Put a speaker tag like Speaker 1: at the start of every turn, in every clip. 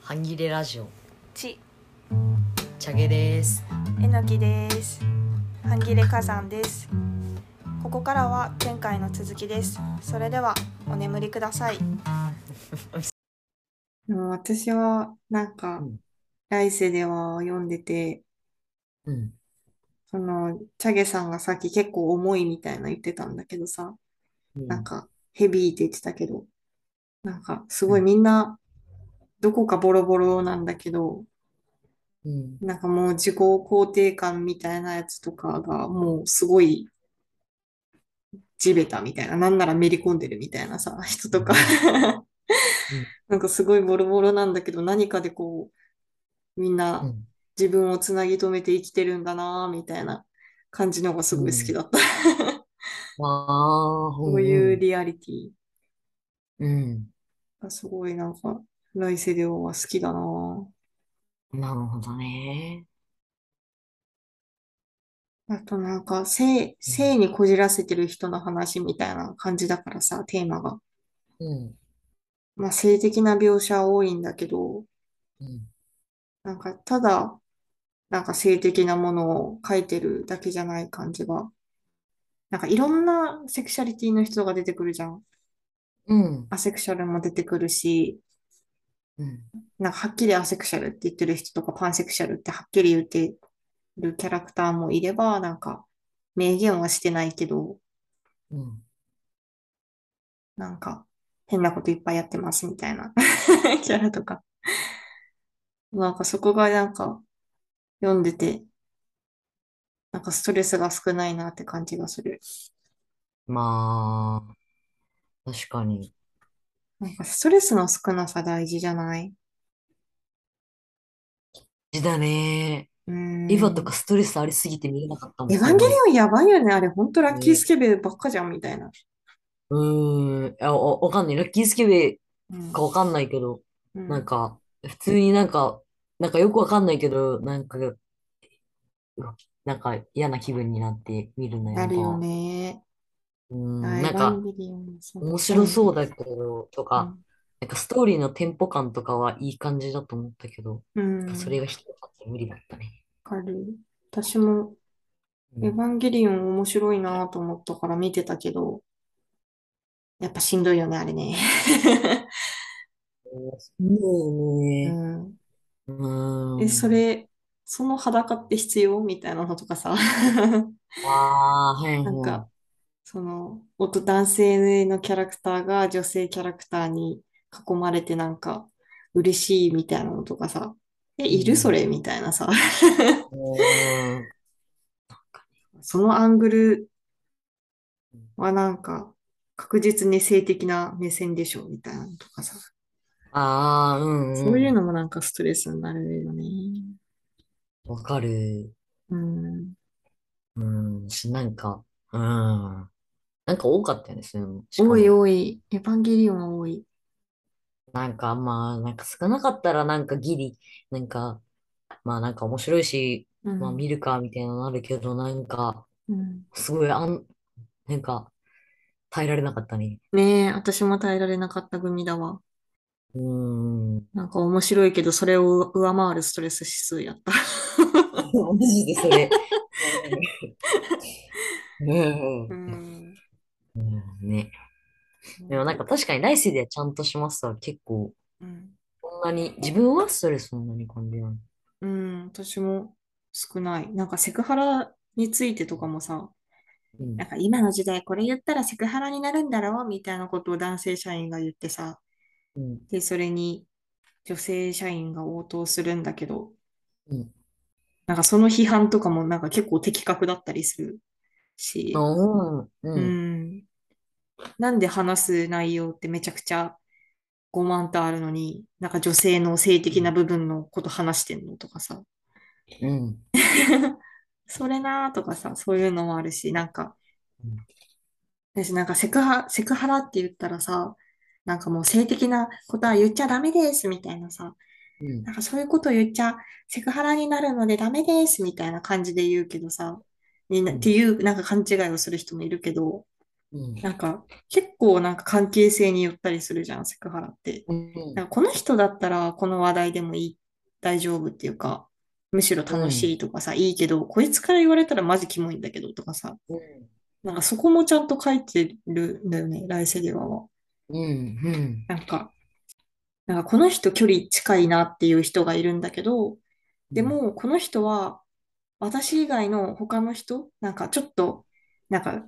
Speaker 1: 半切れラジオ
Speaker 2: ち
Speaker 1: チャゲです
Speaker 2: えのきです半切れ火山ですここからは前回の続きですそれではお眠りくだ さい
Speaker 3: でも私はなんか
Speaker 1: うん
Speaker 3: 来世では読んでて、
Speaker 1: うん
Speaker 3: そのチャゲさんがさっき結構重いみたいな言ってたんだけどさ、
Speaker 1: うん
Speaker 3: なんかヘビーって言ってたけど、なんかすごいみんなどこかボロボロなんだけど、
Speaker 1: うん
Speaker 3: なんかもう自己肯定感みたいなやつとかがもうすごい地べたみたいな、なんならめり込んでるみたいなさ、人とか なんかすごいボロボロなんだけど、何かでこう、みん
Speaker 1: う
Speaker 3: なん自分をつなぎ止めて生きてるんだなぁみたいな感じのがすごい好きだった。
Speaker 1: ああ
Speaker 3: こういうリアリティ
Speaker 1: うん
Speaker 3: がすごいなんか、来世では好きだなぁ
Speaker 1: なるほどね
Speaker 3: あとなんか性、性にこじらせてる人の話みたいな感じだからさ、テーマが。
Speaker 1: うん
Speaker 3: まあ、性的な描写は多いんだけど、
Speaker 1: うん
Speaker 3: なんかただ、なんか性的なものを書いてるだけじゃない感じが。なんかいろんなセクシャリティの人が出てくるじゃん。
Speaker 1: うん
Speaker 3: アセクシャルも出てくるし、
Speaker 1: うん
Speaker 3: なんかはっきりアセクシャルって言ってる人とかパンセクシャルってはっきり言ってるキャラクターもいれば、なんか明言はしてないけど、
Speaker 1: うん
Speaker 3: なんか、変なこといっぱいやってますみたいな キャラとか。なんかそこがなんか、読んでて、なんかストレスが少ないなって感じがする。
Speaker 1: まあ確かに
Speaker 3: なんかストレスの少なさ大事じゃない
Speaker 1: 大事だね
Speaker 3: うーん。
Speaker 1: エヴァとかストレスありすぎて見れなかったもん
Speaker 3: エヴァンゲリオンやばいよね。あれ、ほんとラッキースケベばっかじゃんみたいな。
Speaker 1: うーんいやわわかんないラッキースケベ
Speaker 3: うん
Speaker 1: かわかんないけど
Speaker 3: うん
Speaker 1: なんか、普通になんか、なんかよくわかんないけど、なんか、うわなんか嫌な気分になって見るの
Speaker 3: な
Speaker 1: や
Speaker 3: るよ
Speaker 1: ね。
Speaker 3: ね。
Speaker 1: うん、
Speaker 3: あエ
Speaker 1: なん
Speaker 3: ヴァ
Speaker 1: か
Speaker 3: ン、ゲリオンもそう
Speaker 1: 面白そうだけど、と
Speaker 3: う
Speaker 1: か、
Speaker 3: ん
Speaker 1: なんかストーリーのテンポ感とかはいい感じだと思ったけど、
Speaker 3: うん。
Speaker 1: それが一人だって無理だったね。
Speaker 3: わかる。私も
Speaker 1: う
Speaker 3: エヴ
Speaker 1: ん
Speaker 3: ァンゲリオン面白いなと思ったから見てたけど、やっぱしんどいよね、あれね。
Speaker 1: そう
Speaker 3: う
Speaker 1: ね。
Speaker 3: ん、
Speaker 1: うん。
Speaker 3: え、それ、その裸って必要みたいなのとかさ、
Speaker 1: ああ、はいはい。
Speaker 3: なんか、その、男男性のキャラクターが女性キャラクターに囲まれてなんか、嬉しいみたいなのとかさ、え、いるそれみたいなさ、
Speaker 1: うん。
Speaker 3: そのアングルはなんか、確実に性的な目線でしょ、みたいなのとかさ。
Speaker 1: ああ、うん、
Speaker 3: そういう
Speaker 1: の。
Speaker 3: のもなんかストレスになるよね。
Speaker 1: わかる。
Speaker 3: うん。
Speaker 1: うん、し、なんか、うん。なんか多かったよね、そういうの。しかも
Speaker 3: 多い多い。エヴァンゲリオンは多い。
Speaker 1: なんか、まあ、なんか少なかったら、なんかギリ、なんか、まあ、なんか面白いし、
Speaker 3: うん。
Speaker 1: まあ、見るか、みたいなのあるけど、なんか、
Speaker 3: うん
Speaker 1: すごい、あん、なんか、耐えられなかったね。
Speaker 3: ねえ、私も耐えられなかった組だわ。
Speaker 1: うーん。
Speaker 3: なんか面白いけど、それを上回るストレス指数やった。
Speaker 1: マジでそ れ。うん。
Speaker 3: ん。
Speaker 1: うんね。でも、なんか、確かに来世でちゃんとしますわ。結構、
Speaker 3: うん。
Speaker 1: そんなに、自分はストレスそんなに感じない。
Speaker 3: うん、私も少ない。なんかセクハラについてとかもさ、
Speaker 1: うん
Speaker 3: なんか今の時代これ言ったらセクハラになるんだろうみたいなことを男性社員が言ってさ、
Speaker 1: うん。
Speaker 3: で、それに女性社員が応答するんだけど、
Speaker 1: うん。
Speaker 3: なんかその批判とかもなんか結構的確だったりするし、
Speaker 1: うん。
Speaker 3: う
Speaker 1: うん。
Speaker 3: ん。なんで話す内容ってめちゃくちゃ5万とあるのに、なんか女性の性的な部分のこと話してんのとかさ、
Speaker 1: うん。
Speaker 3: それなーとかさ、そういうのもあるし、なんか
Speaker 1: うん、
Speaker 3: 私なんかセクハ、セクハラって言ったらさ、なんかもう性的なことは言っちゃダメですみたいなさ、
Speaker 1: うん。
Speaker 3: なんかそういうこと言っちゃセクハラになるのでダメですみたいな感じで言うけどさ、みんな、っていうなんか勘違いをする人もいるけど、
Speaker 1: うん。
Speaker 3: なんか、結構なんか関係性によったりするじゃん、セクハラって。
Speaker 1: うん
Speaker 3: なんかこの人だったらこの話題でもいい、大丈夫っていうか、むしろ楽しいとかさ、いいけど、こいつから言われたらマジキモいんだけどとかさ、
Speaker 1: うん
Speaker 3: なんかそこもちゃんと書いてるんだよね、来世ではは。
Speaker 1: うん。うん。
Speaker 3: なんか、なんかこの人距離近いなっていう人がいるんだけど、でも、この人は、私以外の他の人、なんかちょっと、なんか、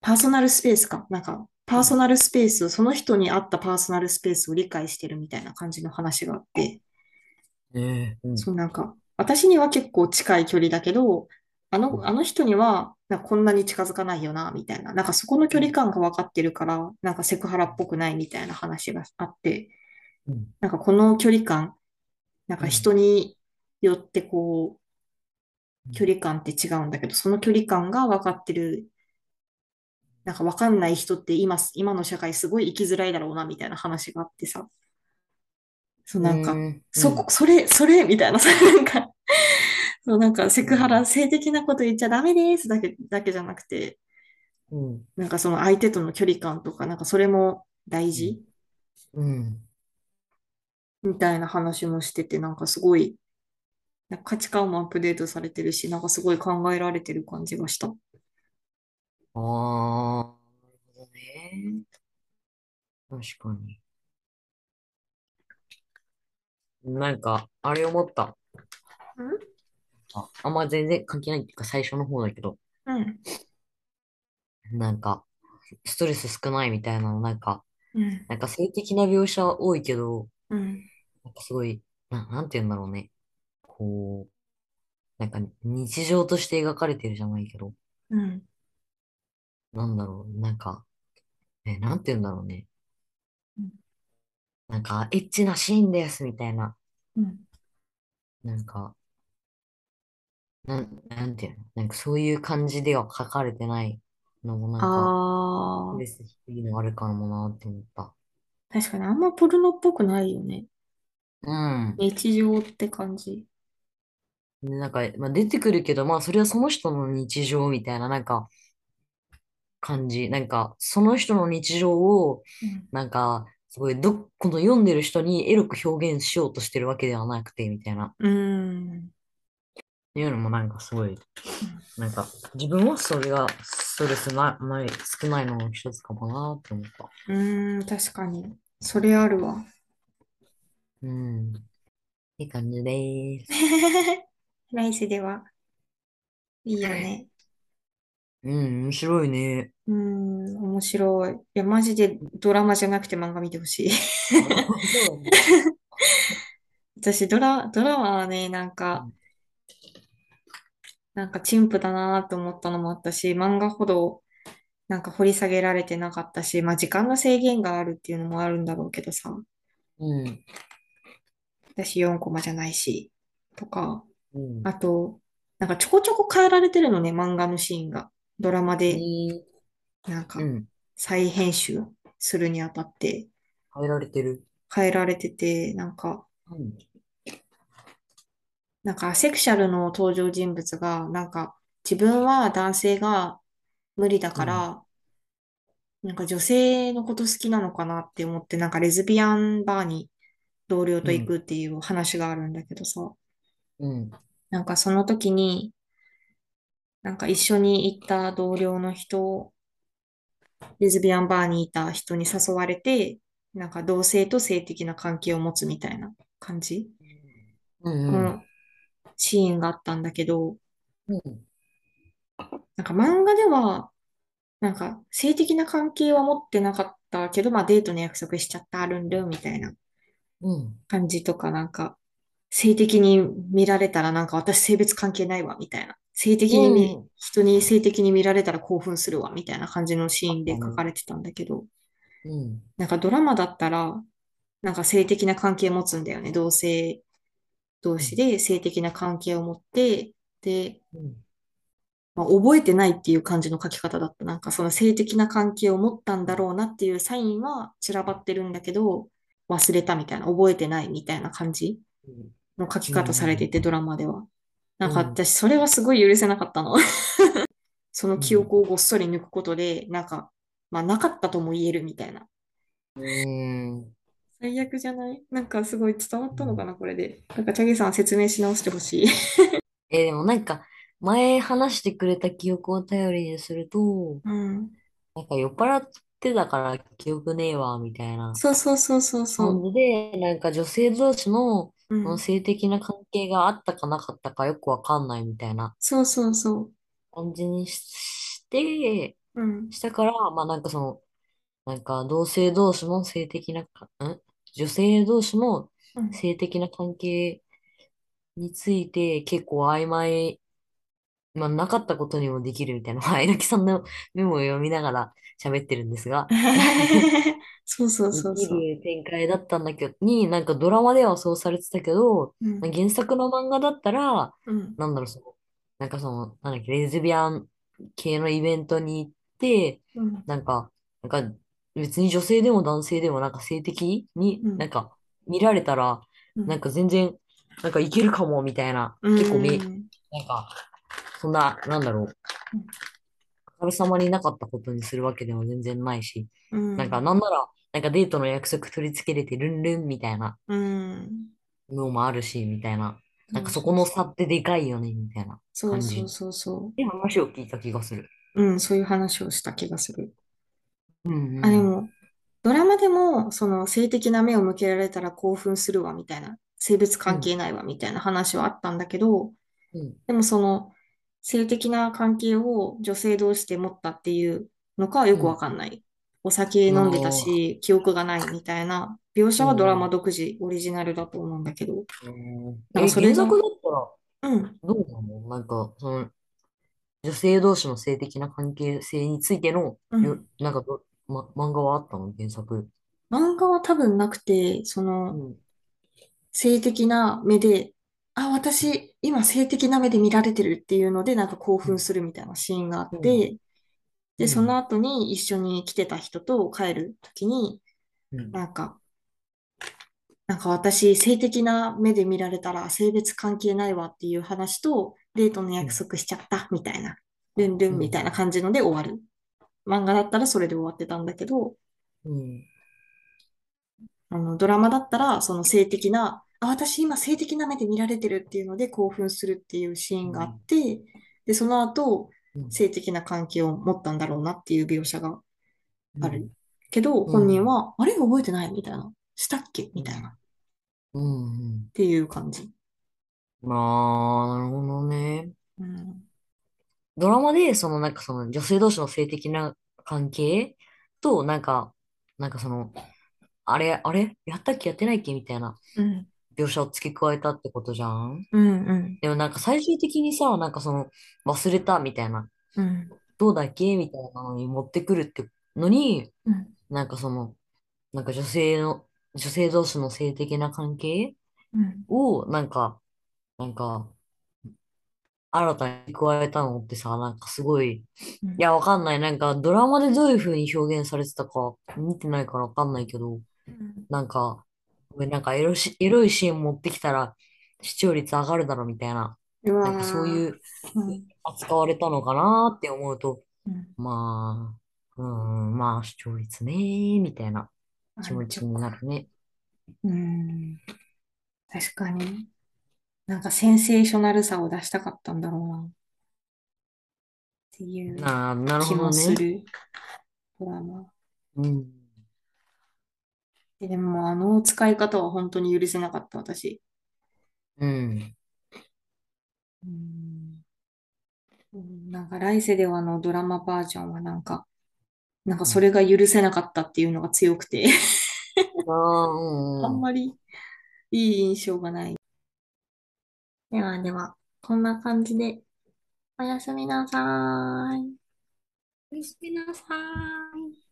Speaker 3: パーソナルスペースか、なんか、パーソナルスペースを、その人に合ったパーソナルスペースを理解してるみたいな感じの話があって、
Speaker 1: ねえうん。
Speaker 3: そうなんか、私には結構近い距離だけど、あの、あの人には、なんかこんなに近づかないよな、みたいな。なんかそこの距離感が分かってるから、なんかセクハラっぽくないみたいな話があって、
Speaker 1: うん
Speaker 3: なんかこの距離感、なんか人によってこ
Speaker 1: う
Speaker 3: う、
Speaker 1: ん
Speaker 3: 距離感って違うんだけど、その距離感が分かってる、なんか分かんない人って今、今の社会すごい生きづらいだろうな、みたいな話があってさ。そう、なんか、
Speaker 1: うん
Speaker 3: そこ、それ、それ、みたいなさ、 なんか、そう、なんかセクハラ、性的なこと言っちゃダメですだけ、だけじゃなくて、
Speaker 1: うん。
Speaker 3: なんかその相手との距離感とか、なんかそれも大事
Speaker 1: うん。
Speaker 3: みたいな話もしてて、なんかすごい、なんか価値観もアップデートされてるし、なんかすごい考えられてる感じがした。
Speaker 1: ああ、なるほどね。確かに。なんか、あれ思った。あ、あんま全然関係ないっていうか最初の方だけど、
Speaker 3: うん。
Speaker 1: なんか、ストレス少ないみたいなの、なんか、
Speaker 3: うん。
Speaker 1: なんか性的な描写は多いけど、
Speaker 3: うん。
Speaker 1: なんかすごい、な、なんて言うんだろうね。こう、なんか日常として描かれてるじゃないけど、
Speaker 3: うん。
Speaker 1: なんだろう、なんか、え、なんて言うんだろうね
Speaker 3: うん。
Speaker 1: なんか、エッチなシーンです、みたいな。
Speaker 3: うん。
Speaker 1: なんか、なん、なんていうのなんかそういう感じでは書かれてないのもなんか、
Speaker 3: あー、
Speaker 1: です。いいのあるかもなって思った。
Speaker 3: 確かにあんまポルノっぽくないよね。
Speaker 1: うん。
Speaker 3: 日常って感じ。
Speaker 1: でなんか、まあ、出てくるけど、まあ、それはその人の日常みたいな、なんか、感じ。なんか、その人の日常を、
Speaker 3: うん。
Speaker 1: なんか、すごい、ど、この読んでる人にエロく表現しようとしてるわけではなくて、みたいな。
Speaker 3: うん。
Speaker 1: いうのもなんかすごい、なんか、自分はそれがストレスな、ない、少ないのの一つかもなって思った。
Speaker 3: うん、確かに。それあるわ。
Speaker 1: うん。って感じでーす。
Speaker 3: 来世では。いいよね。
Speaker 1: うん、面白いね。
Speaker 3: うん、面白い。いや、マジでドラマじゃなくて漫画見てほしい。
Speaker 1: そうね
Speaker 3: 私、ドラ、ドラマはね、なんか、なんか陳腐だなと思ったのもあったし、漫画ほど、なんか掘り下げられてなかったし、まあ時間の制限があるっていうのもあるんだろうけどさ、
Speaker 1: うん。
Speaker 3: 私4コマじゃないし、とか、
Speaker 1: うん。
Speaker 3: あと、なんかちょこちょこ変えられてるのね、漫画のシーンが。ドラマで、なんか、
Speaker 1: うん。
Speaker 3: 再編集するにあたって
Speaker 1: 変えられてる。
Speaker 3: 変えられてて、なんか、
Speaker 1: うん。
Speaker 3: なんかアセクシャルの登場人物が、なんか自分は男性が無理だから、なんか女性のこと好きなのかなって思って、なんかレズビアンバーに同僚と行くっていう話があるんだけどさ、
Speaker 1: うん。
Speaker 3: なんかその時に、なんか一緒に行った同僚の人、レズビアンバーにいた人に誘われて、なんか同性と性的な関係を持つみたいな感じ
Speaker 1: うん。う
Speaker 3: の
Speaker 1: ん。
Speaker 3: シーンがあったんだけど、
Speaker 1: うん。
Speaker 3: なんか漫画では、なんか性的な関係は持ってなかったけど、まあデートの約束しちゃった、ルンルンみたいな
Speaker 1: うん。
Speaker 3: 感じとか、なんか性的に見られたらなんか私性別関係ないわ、みたいな。性的に見
Speaker 1: うん
Speaker 3: 人に性的に見られたら興奮するわ、みたいな感じのシーンで書かれてたんだけど、
Speaker 1: うん。
Speaker 3: なんかドラマだったら、なんか性的な関係持つんだよね。同性同士で性的な関係を持って、で、
Speaker 1: うん。
Speaker 3: まあ、覚えてないっていう感じの書き方だった。なんかその性的な関係を持ったんだろうなっていうサインは散らばってるんだけど、忘れたみたいな、覚えてないみたいな感じの書き方されてて、ドラマでは。なんか
Speaker 1: うん
Speaker 3: 私、それはすごい許せなかったの。 その記憶をごっそり抜くことで、なんか、まあ、なかったとも言えるみたいな。
Speaker 1: うん。
Speaker 3: 最悪じゃないなんかすごい伝わったのかな、これで。なんか、チャゲさん説明し直してほしい。
Speaker 1: えーでもなんか、前話してくれた記憶を頼りにすると、
Speaker 3: うん。
Speaker 1: なんか酔っ払ってたから記憶ねえわ、みたいな
Speaker 3: そうそうそうそうそ
Speaker 1: 感
Speaker 3: う。
Speaker 1: じで、なんか女性同士の、
Speaker 3: う
Speaker 1: この
Speaker 3: ん。
Speaker 1: 性的な関係があったかなかったかよくわかんないみたいな
Speaker 3: そうそうそう。
Speaker 1: 感じにしして、
Speaker 3: うん。
Speaker 1: したから、まあなんかその、なんか同性同士の性的なか、ん女性同士の
Speaker 3: うん。
Speaker 1: 性的な関係について結構曖昧、まあなかったことにもできるみたいな、まあ、えのきさんのメモを読みながら喋ってるんですが、
Speaker 3: そうそう
Speaker 1: で
Speaker 3: そう
Speaker 1: き
Speaker 3: そう。
Speaker 1: る展開だったんだけど、に、なんかドラマではそうされてたけど、
Speaker 3: う
Speaker 1: ま
Speaker 3: ん。
Speaker 1: あ原作の漫画だったら、
Speaker 3: うん。
Speaker 1: なんだろう、その、なんかその、なんだっけ、レズビアン系のイベントに行って、
Speaker 3: うん。
Speaker 1: なんか、なんか別に女性でも男性でもなんか性的に
Speaker 3: う
Speaker 1: なん
Speaker 3: ん。
Speaker 1: か見られたら、
Speaker 3: う
Speaker 1: なん
Speaker 3: ん。
Speaker 1: か全然、なんかいけるかもみたいな、
Speaker 3: う
Speaker 1: 結構め、
Speaker 3: ん。
Speaker 1: なんか、そんな、なんだろう、あからさまになかったことにするわけでも全然ないし、
Speaker 3: う
Speaker 1: なんか
Speaker 3: ん。
Speaker 1: なんなら、なんかデートの約束取り付けれてルンルンみたいな
Speaker 3: うん。
Speaker 1: のもあるし、みたいな。なん
Speaker 3: そ
Speaker 1: か
Speaker 3: う
Speaker 1: そ
Speaker 3: そ
Speaker 1: こ
Speaker 3: う
Speaker 1: の
Speaker 3: そ
Speaker 1: 差
Speaker 3: う。
Speaker 1: ってでかいよね、みたいな
Speaker 3: そう
Speaker 1: 感
Speaker 3: そう
Speaker 1: じ。
Speaker 3: そうそう。
Speaker 1: で、話を聞いた気がする。
Speaker 3: うん、そういう話をした気がする。
Speaker 1: う
Speaker 3: あ、で
Speaker 1: んうん。
Speaker 3: も、ドラマでも、その性的な目を向けられたら興奮するわ、みたいな、性別
Speaker 1: う
Speaker 3: 関
Speaker 1: ん。
Speaker 3: 係ないわ、みたいな話はあったんだけど、
Speaker 1: うん。
Speaker 3: でもその、性的な関係を女性同士で持ったっていうのかはよ
Speaker 1: う
Speaker 3: くわ
Speaker 1: ん。
Speaker 3: かんない。お酒飲んでた
Speaker 1: おー。
Speaker 3: し、記憶がないみたいな、描
Speaker 1: う
Speaker 3: 写はドラマ
Speaker 1: ん
Speaker 3: 独自、オリジナルだと思うんだけど、
Speaker 1: うん。
Speaker 3: なんか
Speaker 1: え、
Speaker 3: それ
Speaker 1: 原作
Speaker 3: の、
Speaker 1: だったら
Speaker 3: うん、
Speaker 1: どうなのなんか、その、女性同士の性的な関係性についての、
Speaker 3: う
Speaker 1: よ、
Speaker 3: ん。
Speaker 1: なんかど、ま、漫画はあったの原作。
Speaker 3: 漫画は多分なくて、そうの、
Speaker 1: ん。
Speaker 3: 性的な目で、あ、私、今性的な目で見られてるっていうので、なんか興
Speaker 1: う
Speaker 3: 奮
Speaker 1: ん。
Speaker 3: するみたいなシーンがあっ
Speaker 1: うん。
Speaker 3: て、
Speaker 1: う
Speaker 3: で、その
Speaker 1: ん。
Speaker 3: 後に一緒に来てた人と帰るときに、
Speaker 1: うん
Speaker 3: なんか、なんか私、性的な目で見られたら性別関係ないわっていう話と、デートの
Speaker 1: う
Speaker 3: 約
Speaker 1: ん。
Speaker 3: 束しちゃったみたいな、ルンル
Speaker 1: う
Speaker 3: ンみ
Speaker 1: ん。
Speaker 3: たいな感じので終わる。漫画だったらそれで終わってたんだけど、
Speaker 1: うん
Speaker 3: あの、ドラマだったら、その性的な、あ、私今性的な目で見られてるっていうので興奮するっていうシー
Speaker 1: う
Speaker 3: ンがあっ
Speaker 1: ん
Speaker 3: て、で、その後、
Speaker 1: うん
Speaker 3: 性的な関係を持ったんだろうなっていう描写が
Speaker 1: う
Speaker 3: ある。
Speaker 1: ん
Speaker 3: けど、
Speaker 1: う
Speaker 3: 本人
Speaker 1: ん
Speaker 3: は、あれ覚えてないみたいな。したっけみたいな。っ
Speaker 1: うんうん
Speaker 3: ていう感じ。
Speaker 1: まあ、なるほどね。
Speaker 3: うん。
Speaker 1: ドラマで、そのなんかその女性同士の性的な関係と、なんか、なんかその、あれ、あれやったっけやってないっけみたいな
Speaker 3: うん。
Speaker 1: 描写を付け加えたってことじゃん
Speaker 3: うんうん。
Speaker 1: でもなんか最終的にさ、なんかその、忘れたみたいな、
Speaker 3: うん。
Speaker 1: どうだっけみたいなのに持ってくるってのに、
Speaker 3: うん。
Speaker 1: なんかその、なんか女性の、女性同士の性的な関係
Speaker 3: うん。
Speaker 1: を、なんか、なんか、新たに加えたのってさ、なんかすごい、
Speaker 3: う
Speaker 1: い
Speaker 3: ん
Speaker 1: や、わかんない。なんか、ドラマでどういう風に表現されてたか、見てないからわかんないけど、
Speaker 3: うん
Speaker 1: なんか、ごめんなんかエロし、エロいシーン持ってきたら、視聴率上がるだろ、みたいな。
Speaker 3: う
Speaker 1: なんかそう
Speaker 3: わ
Speaker 1: い
Speaker 3: ー
Speaker 1: う、
Speaker 3: うん。
Speaker 1: 扱われたのかなって思うと、
Speaker 3: うん
Speaker 1: まあ、うん、まあ、視聴率ねー、みたいな
Speaker 3: あ、
Speaker 1: 気持
Speaker 3: ち
Speaker 1: ち
Speaker 3: ょ、
Speaker 1: になるね。
Speaker 3: うん。確かに。なんかセンセーショナルさを出したかったんだろうなっていう
Speaker 1: なあ、なる
Speaker 3: 気
Speaker 1: ほ
Speaker 3: も
Speaker 1: ど
Speaker 3: す
Speaker 1: ね。
Speaker 3: るドラマ。
Speaker 1: うん。
Speaker 3: でも、あの使い方は本当に許せなかった、私。
Speaker 1: うん。
Speaker 3: うん。うんなんか来世ではあのドラマバージョンはなんか、なんか
Speaker 1: う
Speaker 3: そ
Speaker 1: ん。
Speaker 3: れが許せなかったっていうのが強くて
Speaker 1: ああ、う
Speaker 3: あん
Speaker 1: ん、うん。
Speaker 3: まりいい印象がない。ではでは、こんな感じで、おやすみなさーい。
Speaker 1: おやすみなさーい。